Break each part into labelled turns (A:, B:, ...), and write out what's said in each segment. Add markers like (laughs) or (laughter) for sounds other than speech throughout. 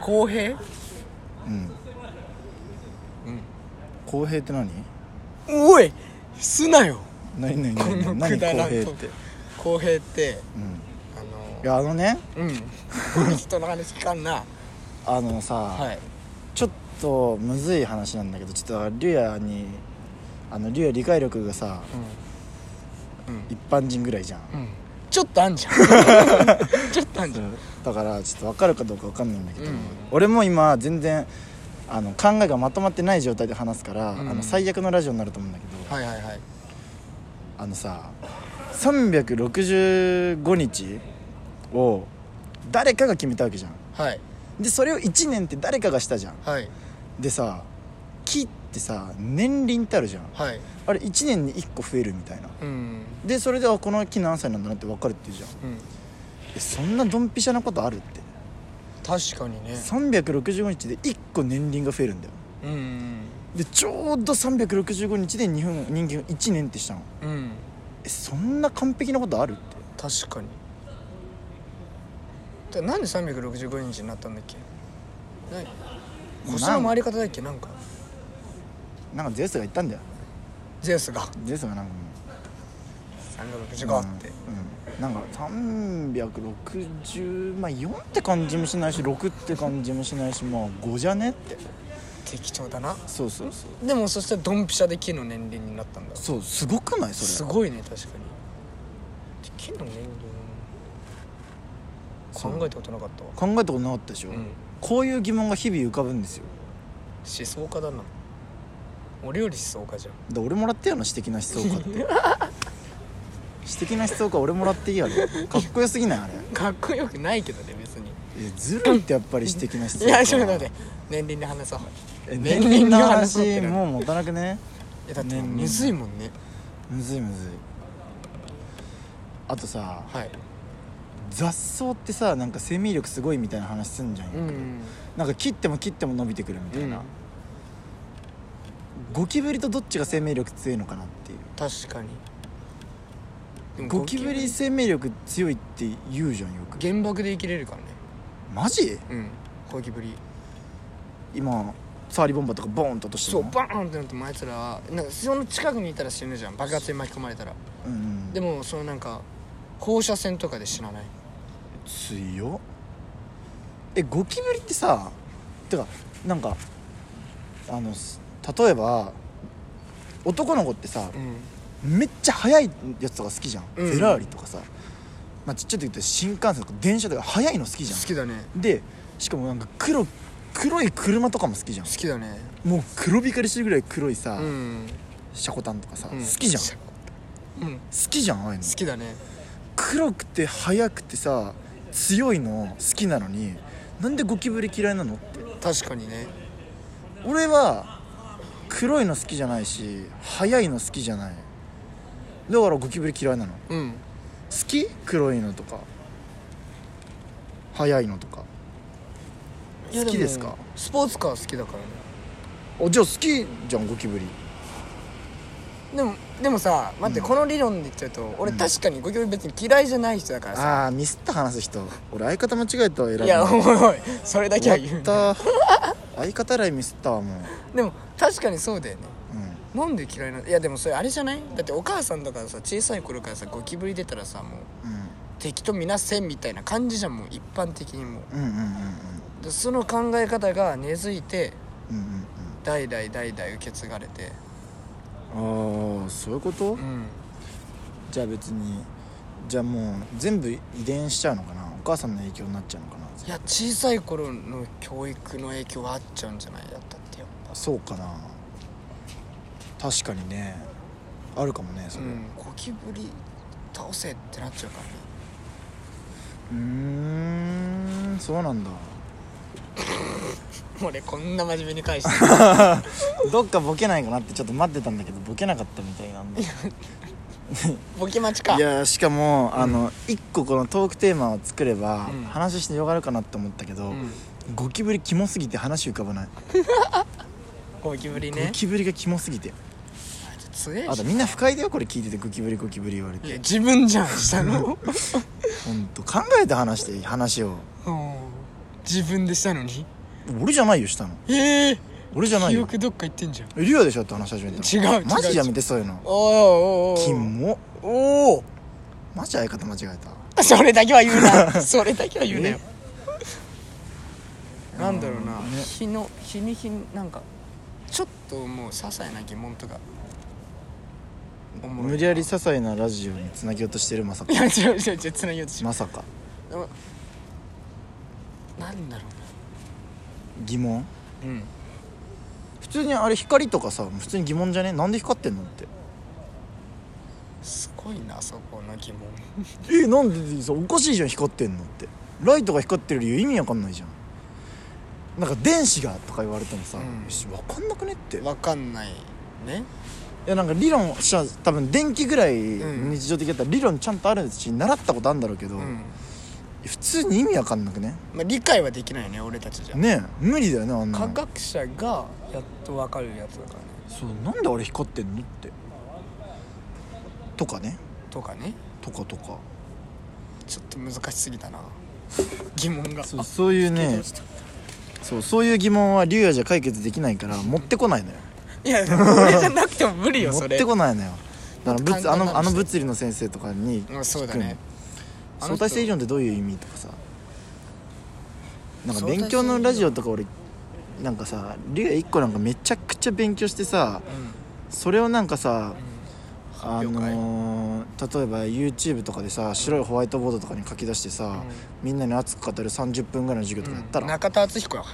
A: 公平
B: うん
A: うん
B: 公平って何
A: おいすなよ
B: 何何
A: この
B: 何何
A: くだら
B: 公
A: ん
B: 平って
A: 公平って
B: うん
A: あ
B: いやあのね
A: のうんこの人の話聞かんな
B: あのさ、
A: はい
B: ちょっとむずい話なんだけどちょっとリュウヤにあのリュウヤ理解力がさ一般人ぐらいじゃん
A: うんうんちょっとあん
B: (laughs)
A: じゃんちょっとあんじゃん
B: だからちょっと分かるかどうか分かんないんだけど、
A: うん
B: 俺も今全然あの考えがまとまってない状態で話すから、
A: うん
B: あの最悪のラジオになると思うんだけど、
A: はいはいはい
B: あのさ365日を誰かが決めたわけじゃん
A: はい
B: でそれを1年って誰かがしたじゃん
A: はい
B: でさ木ってさ年輪ってあるじゃん
A: はい
B: あれ1年に1個増えるみたいな
A: うん
B: でそれであこの木何歳なんだなって分かるっていうじゃん
A: うん
B: えそんなドンピシャなことあるって
A: 確かにね
B: 365日で1個年輪が増えるんだよ
A: うん
B: でちょうど365日で日本人間が1年ってしたの
A: うんうん
B: えそんな完璧なことあるって
A: 確かにでなんで365日になったんだっけな星の回り方だっけなんか
B: なんかゼウスが言ったんだよ
A: ゼウスが
B: ゼウスがなんかも
A: 365って、
B: うん、なんか360まあ4って感じもしないし6って感じもしないしまあ5じゃねって
A: 適当だな
B: そうそうそう
A: でもそしたらドンピシャで木の年輪になったんだ
B: そうすごくないそれ
A: すごいね確かにで木の年輪
B: そう
A: 考えたことなかったわ
B: 考えたことなかったでしょ、
A: うん
B: こういう疑問が日々浮かぶんですよ
A: 思想家だな俺より思想家じゃん
B: で俺もらったよな私的な思想家って
A: (laughs)
B: 私的な思想家俺もらっていいやろかっこよすぎないあれ
A: かっこよくないけどね別に
B: えずるいってやっぱり私的な思想
A: い
B: 家
A: やちょっと待って年輪で話そう
B: え
A: 年輪
B: 年輪
A: の
B: の
A: 話になって
B: 話
A: る
B: もう持たなくね
A: えだって
B: 年輪
A: むずいもんね
B: むずいむずいあとさ
A: はい
B: 雑草ってさなんか生命力すごいみたいな話すんじゃんよ、
A: うん
B: なんか切っても切っても伸びてくるみたいな、
A: うん
B: ゴキブリとどっちが生命力強いのかなっていう
A: 確かにでも
B: ゴキブリ生命力強いって言うじゃんよく
A: 原爆で生きれるからね
B: マジ
A: うんゴキブリ
B: 今サーリボンバとかボーンと落として
A: そ
B: る
A: う
B: の
A: バーンってなってもあいつらはなんかその近くにいたら死ぬじゃん爆発に巻き込まれたら
B: うんうん
A: でもそのなんか放射線とかで死なない
B: 強っえゴキブリってさてかなんかあのす例えば男の子ってさ
A: うん
B: めっちゃ速いやつとか好きじゃん、
A: うん
B: フェラーリとかさ、まあ、ちっちゃい時って新幹線とか電車とか速いの好きじゃ
A: 好きだね
B: んでしかもなんか黒黒い車とかも好きじゃ
A: 好きだね
B: んもう黒光りしてるぐらい黒いさ、
A: うん
B: シャコタンとかさ、
A: うん
B: 好きじゃん好
A: うん好
B: きじゃんああいうの
A: きだね
B: 黒くて速くてさ強いの好きなのになんでゴキブリ嫌いなのって
A: 確かにね
B: 俺は黒いの好きじゃないし速いの好きじゃないだからゴキブリ嫌いなの好
A: うん
B: き黒いのとか速いのとか
A: いや
B: 好き
A: も
B: ですか
A: スポーツカー好きだからね
B: あじゃあ好きじゃんゴキブリ
A: でもでもさ待って、
B: うん
A: この理論で言っちゃうと俺
B: うん
A: 確かにゴキブリ別に嫌いじゃない人だからさ、
B: ああミスった話す人俺相方間違えたわ選ぶの
A: いやおいおいそれだけは
B: 終
A: 言
B: わ
A: うな
B: った相方らいミスったわもう
A: でも確かにそうだよね
B: うん
A: なんで嫌いなのいやでもそれあれじゃないだってお母さんとかさ小さい頃からさゴキブリ出たらさもう敵とみなせんみたいな感じじゃんもう一般的にもう
B: うんうんうんうん
A: でその考え方が根付いて
B: うんうんうん
A: 代々代々受け継がれて
B: ああそういうこと
A: うん
B: じゃあ別にじゃあもう全部遺伝しちゃうのかなお母さんの影響になっちゃうのかない
A: や小さい頃の教育の影響はあっちゃうんじゃないだったってやっぱ
B: そうかな確かにねあるかもねそうれ
A: んゴキブリ倒せってなっちゃうからね
B: うーんそうなんだ
A: 俺こんな真面目に返してる
B: どっかボケないかなってちょっと待ってたんだけどボケなかったみたいなんだい
A: (laughs) ボケ待ちか
B: やしかも、あの一個このトークテーマを作れば、
A: うん
B: 話してよがるかなって思ったけど、
A: うん
B: ゴキブリキモすぎて話浮かばない、
A: ゴキブリね
B: ゴキブリがキモすぎて
A: 強えし
B: あとみんな不快だよこれ聞いててゴキブリゴキブリ言われ
A: い
B: て
A: や自分じゃん下の
B: ほんと考えて話して話を
A: うん自分でしたのに
B: 俺じゃないよしたの
A: ええ
B: 俺じゃない
A: 記
B: よ
A: 憶どっか行ってんじゃん
B: えリアでしょって話し始めたの
A: 違う違う
B: マジやめてそういうの
A: おーおーおー
B: キモ
A: おお
B: マジ相方間違え
A: それだけは言う
B: (laughs)
A: なそれだけは言うなよ
B: え
A: なんだろうな、
B: うんね
A: 日の日に日になんかちょっともう些細な疑問とかお
B: た
A: もろい
B: 無理やり些細なラジオにつなぎようとしてるまさか
A: いや違う違う違うつなぎようとしま
B: まさか
A: なんだろ
B: 疑問
A: うなうん
B: 普通にあれ光とかさ普通に疑問じゃねなんで光ってんのって
A: すごいなそこの疑問
B: えなんでさおかしいじゃん光ってんのってライトが光ってる理由意味わかんないじゃんなんか電子がとか言われてもさ、
A: うん
B: しわかんなくねってい
A: わかんないね
B: やなんか理論した多分電気ぐらい
A: ん
B: 日常的だったら理論ちゃんとあるし習ったことあるんだろうけど、
A: うん、
B: 普通に意味わかんなくね
A: まあ、理解はできないよね俺たちじゃ、
B: ねえ無理だよねあんな
A: 科
B: の
A: 学者がやっとわかるやつだからね
B: そうなんであれ光ってんのってとかね
A: とかね
B: とかとか
A: ちょっと難しすぎたな (laughs) 疑問が
B: そうそういうねそうそういう疑問は竜也じゃ解決できない (laughs) から持ってこないのよ
A: いや俺じゃなくても無理よ
B: 持
A: そ
B: っ
A: れ
B: てこないのよだから
A: もっと
B: 物あ
A: 簡単なの
B: のあの物理の先生とかに
A: うんそうだね
B: 聞くの相対性理論ってどういう意味とかさなんか勉強の
A: 相対性理論
B: ラジオとか俺なんかさ竜也一個なんかめちゃくちゃ勉強してさそれをなんかさあ
A: 表会
B: のー例えば YouTube とかでさ白いホワイトボードとかに書き出してさ、みんなに熱く語る30分ぐらいの授業とかやったら、
A: 中田敦彦やわ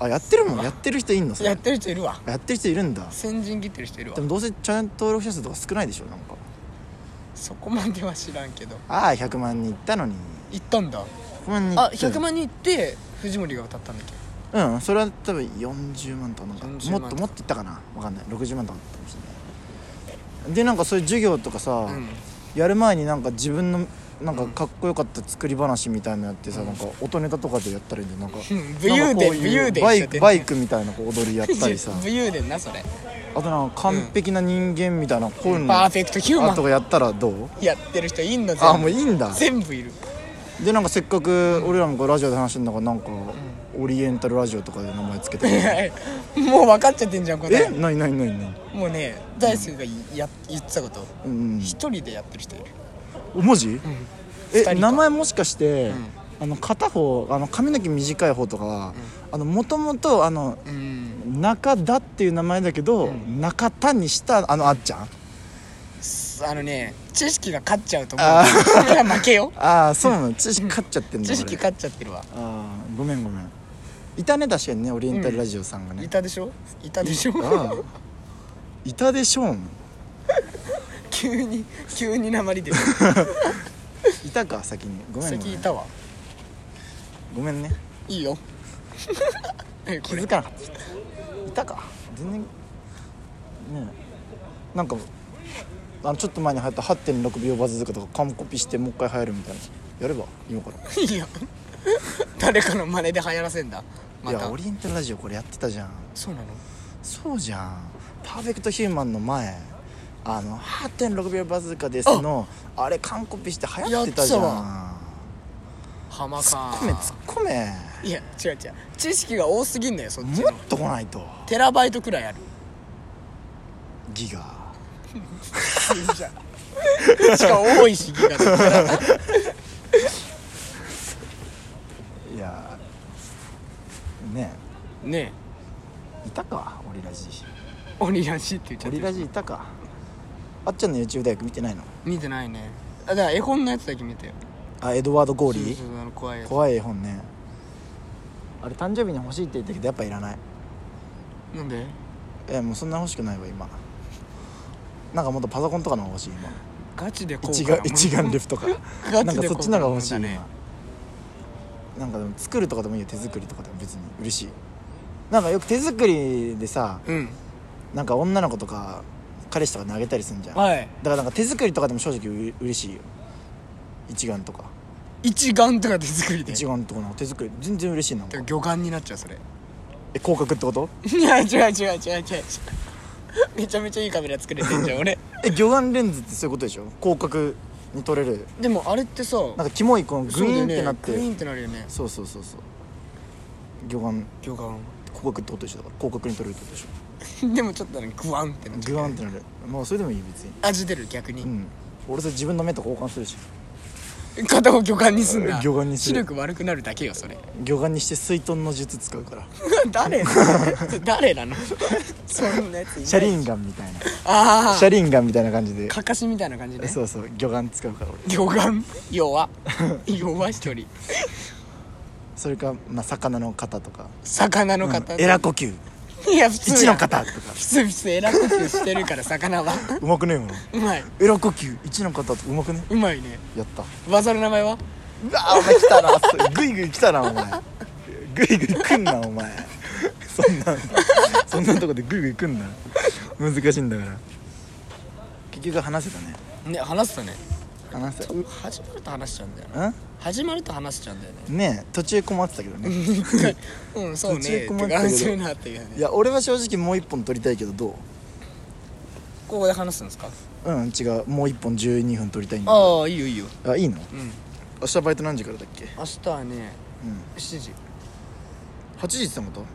B: あやってるもんやってる人いんのさ
A: やってる人いるわ
B: やってる人いるんだ
A: 先陣切ってる人いるわ
B: でもどうせチャンネル登録者数とか少ないでしょなんか
A: そこまでは知らんけど
B: ああ100万人いったのに
A: 行ったんだ
B: 100万人い
A: あ
B: ったよ
A: 100万人行って藤森が歌ったんだっけ
B: うんそれは多分40万とかなんか
A: 40
B: も
A: 万
B: っともっといったかなわかんない60万とかだったかもしれないでなんかそういう授業とかさ、
A: うん
B: やる前になんか自分のなんかかっこよかった作り話みたいなのやってさ、なんか音ネタとかでやったらいいんだよなんか
A: (laughs) うん武勇伝
B: なんかこういう
A: 武勇伝
B: バ
A: しちゃっ
B: イ
A: て
B: ク
A: る
B: バイクみたいなこう踊りやった
A: (laughs)
B: りさ
A: 武勇伝なそれ
B: あとなんか完璧な人間みたいなこういうの
A: パーフェクトヒューマ
B: あとかやったらどう
A: ンやってる人いんの全部
B: あもういいんだ
A: 全部いる (laughs)
B: でなんかせっかく俺らもこうラジオで話してんだからなんかオリエンタルラジオとかで名前つけて
A: もう分かっちゃってんじゃん答
B: え
A: (laughs) え
B: ないないないない
A: もうね大輔がいや言ってたこと
B: うん
A: 一人でやってる人いる
B: うん文字
A: 二人
B: え
A: か
B: 名前もしかして
A: ん
B: あの片方あの髪の毛短い方とかはあのもともとあの
A: うん
B: 中田っていう名前だけど中田にしたあのあっちゃん
A: あのね知識が勝っちゃうと思う君ら負けよ
B: ああそうなの知識勝っちゃってんだ
A: 知識
B: 俺
A: 勝っちゃってるわ
B: ああごめんごめんいたね確かにねオリエンタルラジオさんがね
A: いたでしょいたでしょ
B: ああいたでしょう
A: 急に急に鉛で
B: いたか先にごめんごめ
A: 先い
B: ん
A: たわ
B: ごめんね
A: い
B: (laughs)
A: いよえこ
B: 気
A: れ
B: づかなかったいたか全然ねえなんかあのちょっと前に流行った8.6秒バズとかとか完コピしてもう一回流行るみたいなやれば今から、
A: いいよ誰かの真似で流行らせんだま
B: いや
A: た
B: オリエンタルラジオこれやってたじゃん
A: そうなの
B: そうじゃんパーフェクトヒューマンの前あの8.6秒バズーカですのあれ完コピして流行ってたじゃん
A: やってたハマ
B: ツ
A: か
B: ッコめツッコめ
A: いや違う違う知識が多すぎんだよそっち
B: も
A: の
B: っと来ないと
A: テラバイトくらいある
B: ギガ
A: しかも多いしギガだから
B: いやね
A: (laughs) ね
B: えいたかオリラジ
A: え鬼らしいって言っちゃ
B: オ
A: って
B: リ
A: る
B: ラジいたかあっちゃんの YouTube 大学見てないの
A: 見てないねあだから絵本のやつだけ見てよ
B: あエドワード・ゴーリ
A: そう
B: ー
A: そうあの怖いやつ
B: 怖い絵本ねあれ誕生日に欲しいって言ったけどやっぱいらない
A: なんで
B: えもうそんな欲しくないわ今なんかもっとパソコンとかの方が欲しい今
A: ガチでこう
B: 一眼一眼レフとかな
A: (laughs) ガ
B: んか
A: チで
B: そっ
A: 高価なもんだね
B: ちのが欲しい今なんかでも作るとかでもいいよ手作りとかでも別に嬉しいなんかよく手作りでさ
A: うん
B: なんか女の子とか彼氏とかにあげたりするんじゃんだか
A: はい
B: らなんか手作りとかでも正直う嬉しいよ一眼とか
A: 一眼とか手作りで
B: 一眼とかの手作り全然嬉しいな
A: でも魚眼になっちゃうそれ
B: え広角っ
A: (laughs)
B: てこと
A: いや違う違う違う違う違うめちゃめちゃいいカメラ作れてんじゃん
B: (laughs)
A: 俺
B: え魚眼レンズってそういうことでしょ広角に撮れる
A: でもあれってさ
B: なんかキモいこのグイーンってなっ
A: そうだよねグイ
B: て
A: ーンってなるよね
B: そうそうそうそう魚眼
A: 魚
B: 広角ってことでしょだから広角に撮れるってことでし
A: 眼でもちょっとねグワンってなっちゃ
B: ょ
A: う
B: 魚眼ってなるまあそれでもいい別に
A: 味出る逆に、
B: うん俺それ自分の目と交換するし
A: 片方魚眼にすんだ
B: 魚眼にする
A: 視力悪くなるだけよそれ
B: 魚眼にして水遁の術使うから
A: (laughs) 誰誰なの (laughs) そんなやついない
B: シャリンガンみたいな
A: (laughs) あ
B: シ
A: あ
B: ャリンガンみたいな感じで
A: かかしみたいな感じね
B: そうそう魚眼使うから俺
A: 魚眼
B: (laughs)
A: 弱弱一人
B: それか、まあ、魚の型とか
A: 魚の方、
B: エラ呼吸
A: いや普通や
B: 1の型とか
A: 普通普通エラ呼吸してるから魚
B: (laughs)
A: は
B: うまくねえもん
A: うまい
B: エラ呼吸1の型とかうまくね
A: うまいね
B: やった
A: 技の名前は
B: うわお前来たなそ (laughs) グイグイ来たなお前グイグイ来んなお前そんなそんなとこでグイグイ来んな難しいんだから結局話せたね
A: ね話したね
B: 話せうん
A: 始まると話しちゃうんだよな始まると話しちゃうんだよね
B: ねえ途中困ってたけどね (laughs)
A: うんそうね
B: 途中困
A: っ
B: ってたけど
A: 感じるなっていうね
B: いや俺は正直もう一本撮りたいけどど
A: ここで話すんですか
B: ううん違うもう一本12分撮りたいんだ
A: ああいいよいいよ
B: あいいの
A: うん
B: 明日バイト何時からだっけ
A: 明日はね
B: うん
A: 7時
B: 8時って言ったこ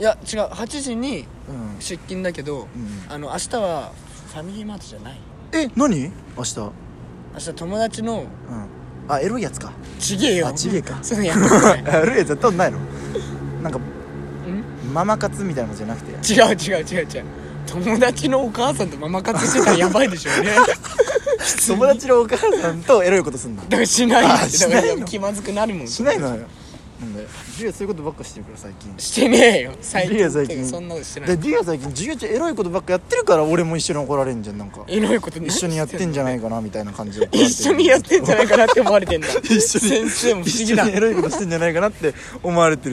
A: いや違う8時に
B: とうん
A: 出勤だけど、
B: ん
A: あの明日はファミリーマートじゃない
B: え何明日うん
A: 明日友達の
B: あエロいやつか
A: ちげえよ
B: あちげえか
A: そういうのやってない (laughs)
B: (laughs) エロいやつやったことないのなんか
A: ん
B: ママ活みたいなのじゃなくて
A: 違う違う違う違う友達のお母さんとママ活してたらやばいでしょ
B: (laughs)
A: うね
B: (laughs) 友達のお母さんとエロいことすんだ
A: だからしない
B: あ
A: ってだ
B: しない
A: から
B: の
A: 気まずくなるもん
B: (laughs) しないのよなんだよリュウそういうことばっかしてるから最近
A: してねえよ最
B: リュウ
A: 近
B: は最
A: てか
B: 近
A: そんなことしてな
B: で
A: い
B: リュウは最近授業中エロいことばっかやってるから俺も一緒に怒られんじゃんなんか
A: エロいこと
B: 一緒にやってんじゃないかなみたいな感じで怒られてる
A: 一緒にやってんじゃないかなって思われてんだ
B: (laughs) 一緒に
A: 先生も不思議
B: 一緒
A: だ
B: にエロいことしてんじゃないかなって思われてるっ